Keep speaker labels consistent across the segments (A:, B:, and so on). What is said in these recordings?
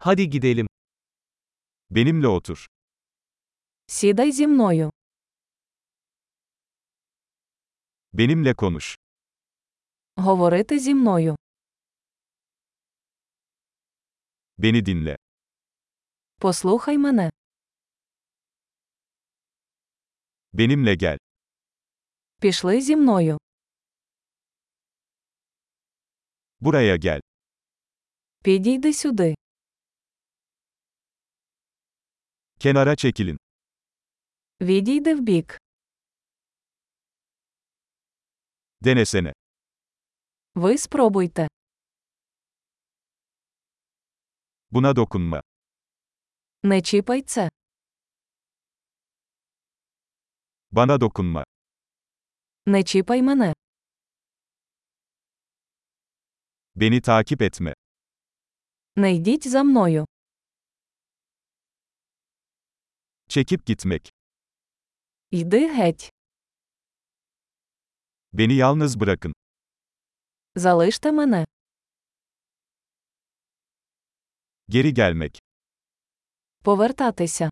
A: Hadi gidelim. Benimle otur.
B: Сідай зі мною.
A: Benimle konuş.
B: Говорити зі мною.
A: Beni dinle.
B: Послухай мене.
A: Benimle gel.
B: Пішли зі мною.
A: Buraya gel.
B: Підійди сюди.
A: Kenara çekilin.
B: Відійди вбік.
A: Denesene.
B: Ви спробуйте.
A: Buna dokunma.
B: Не чіпай це.
A: Bana dokunma.
B: Не чіпай мене.
A: Beni takip etme.
B: Не йдіть за мною.
A: Çekip gitmek.
B: Йди геть.
A: Beni yalnız bırakın.
B: Залиште мене.
A: Geri gelmek.
B: Повертатися.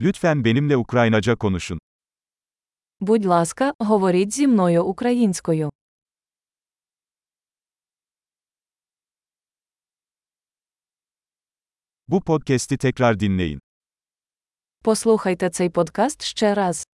A: Lütfen benimle Ukraynaca konuşun.
B: Будь ласка, говоріть зі мною українською.
A: Bu podcast'i tekrar dinleyin.
B: Послухайте цей подкаст ще раз.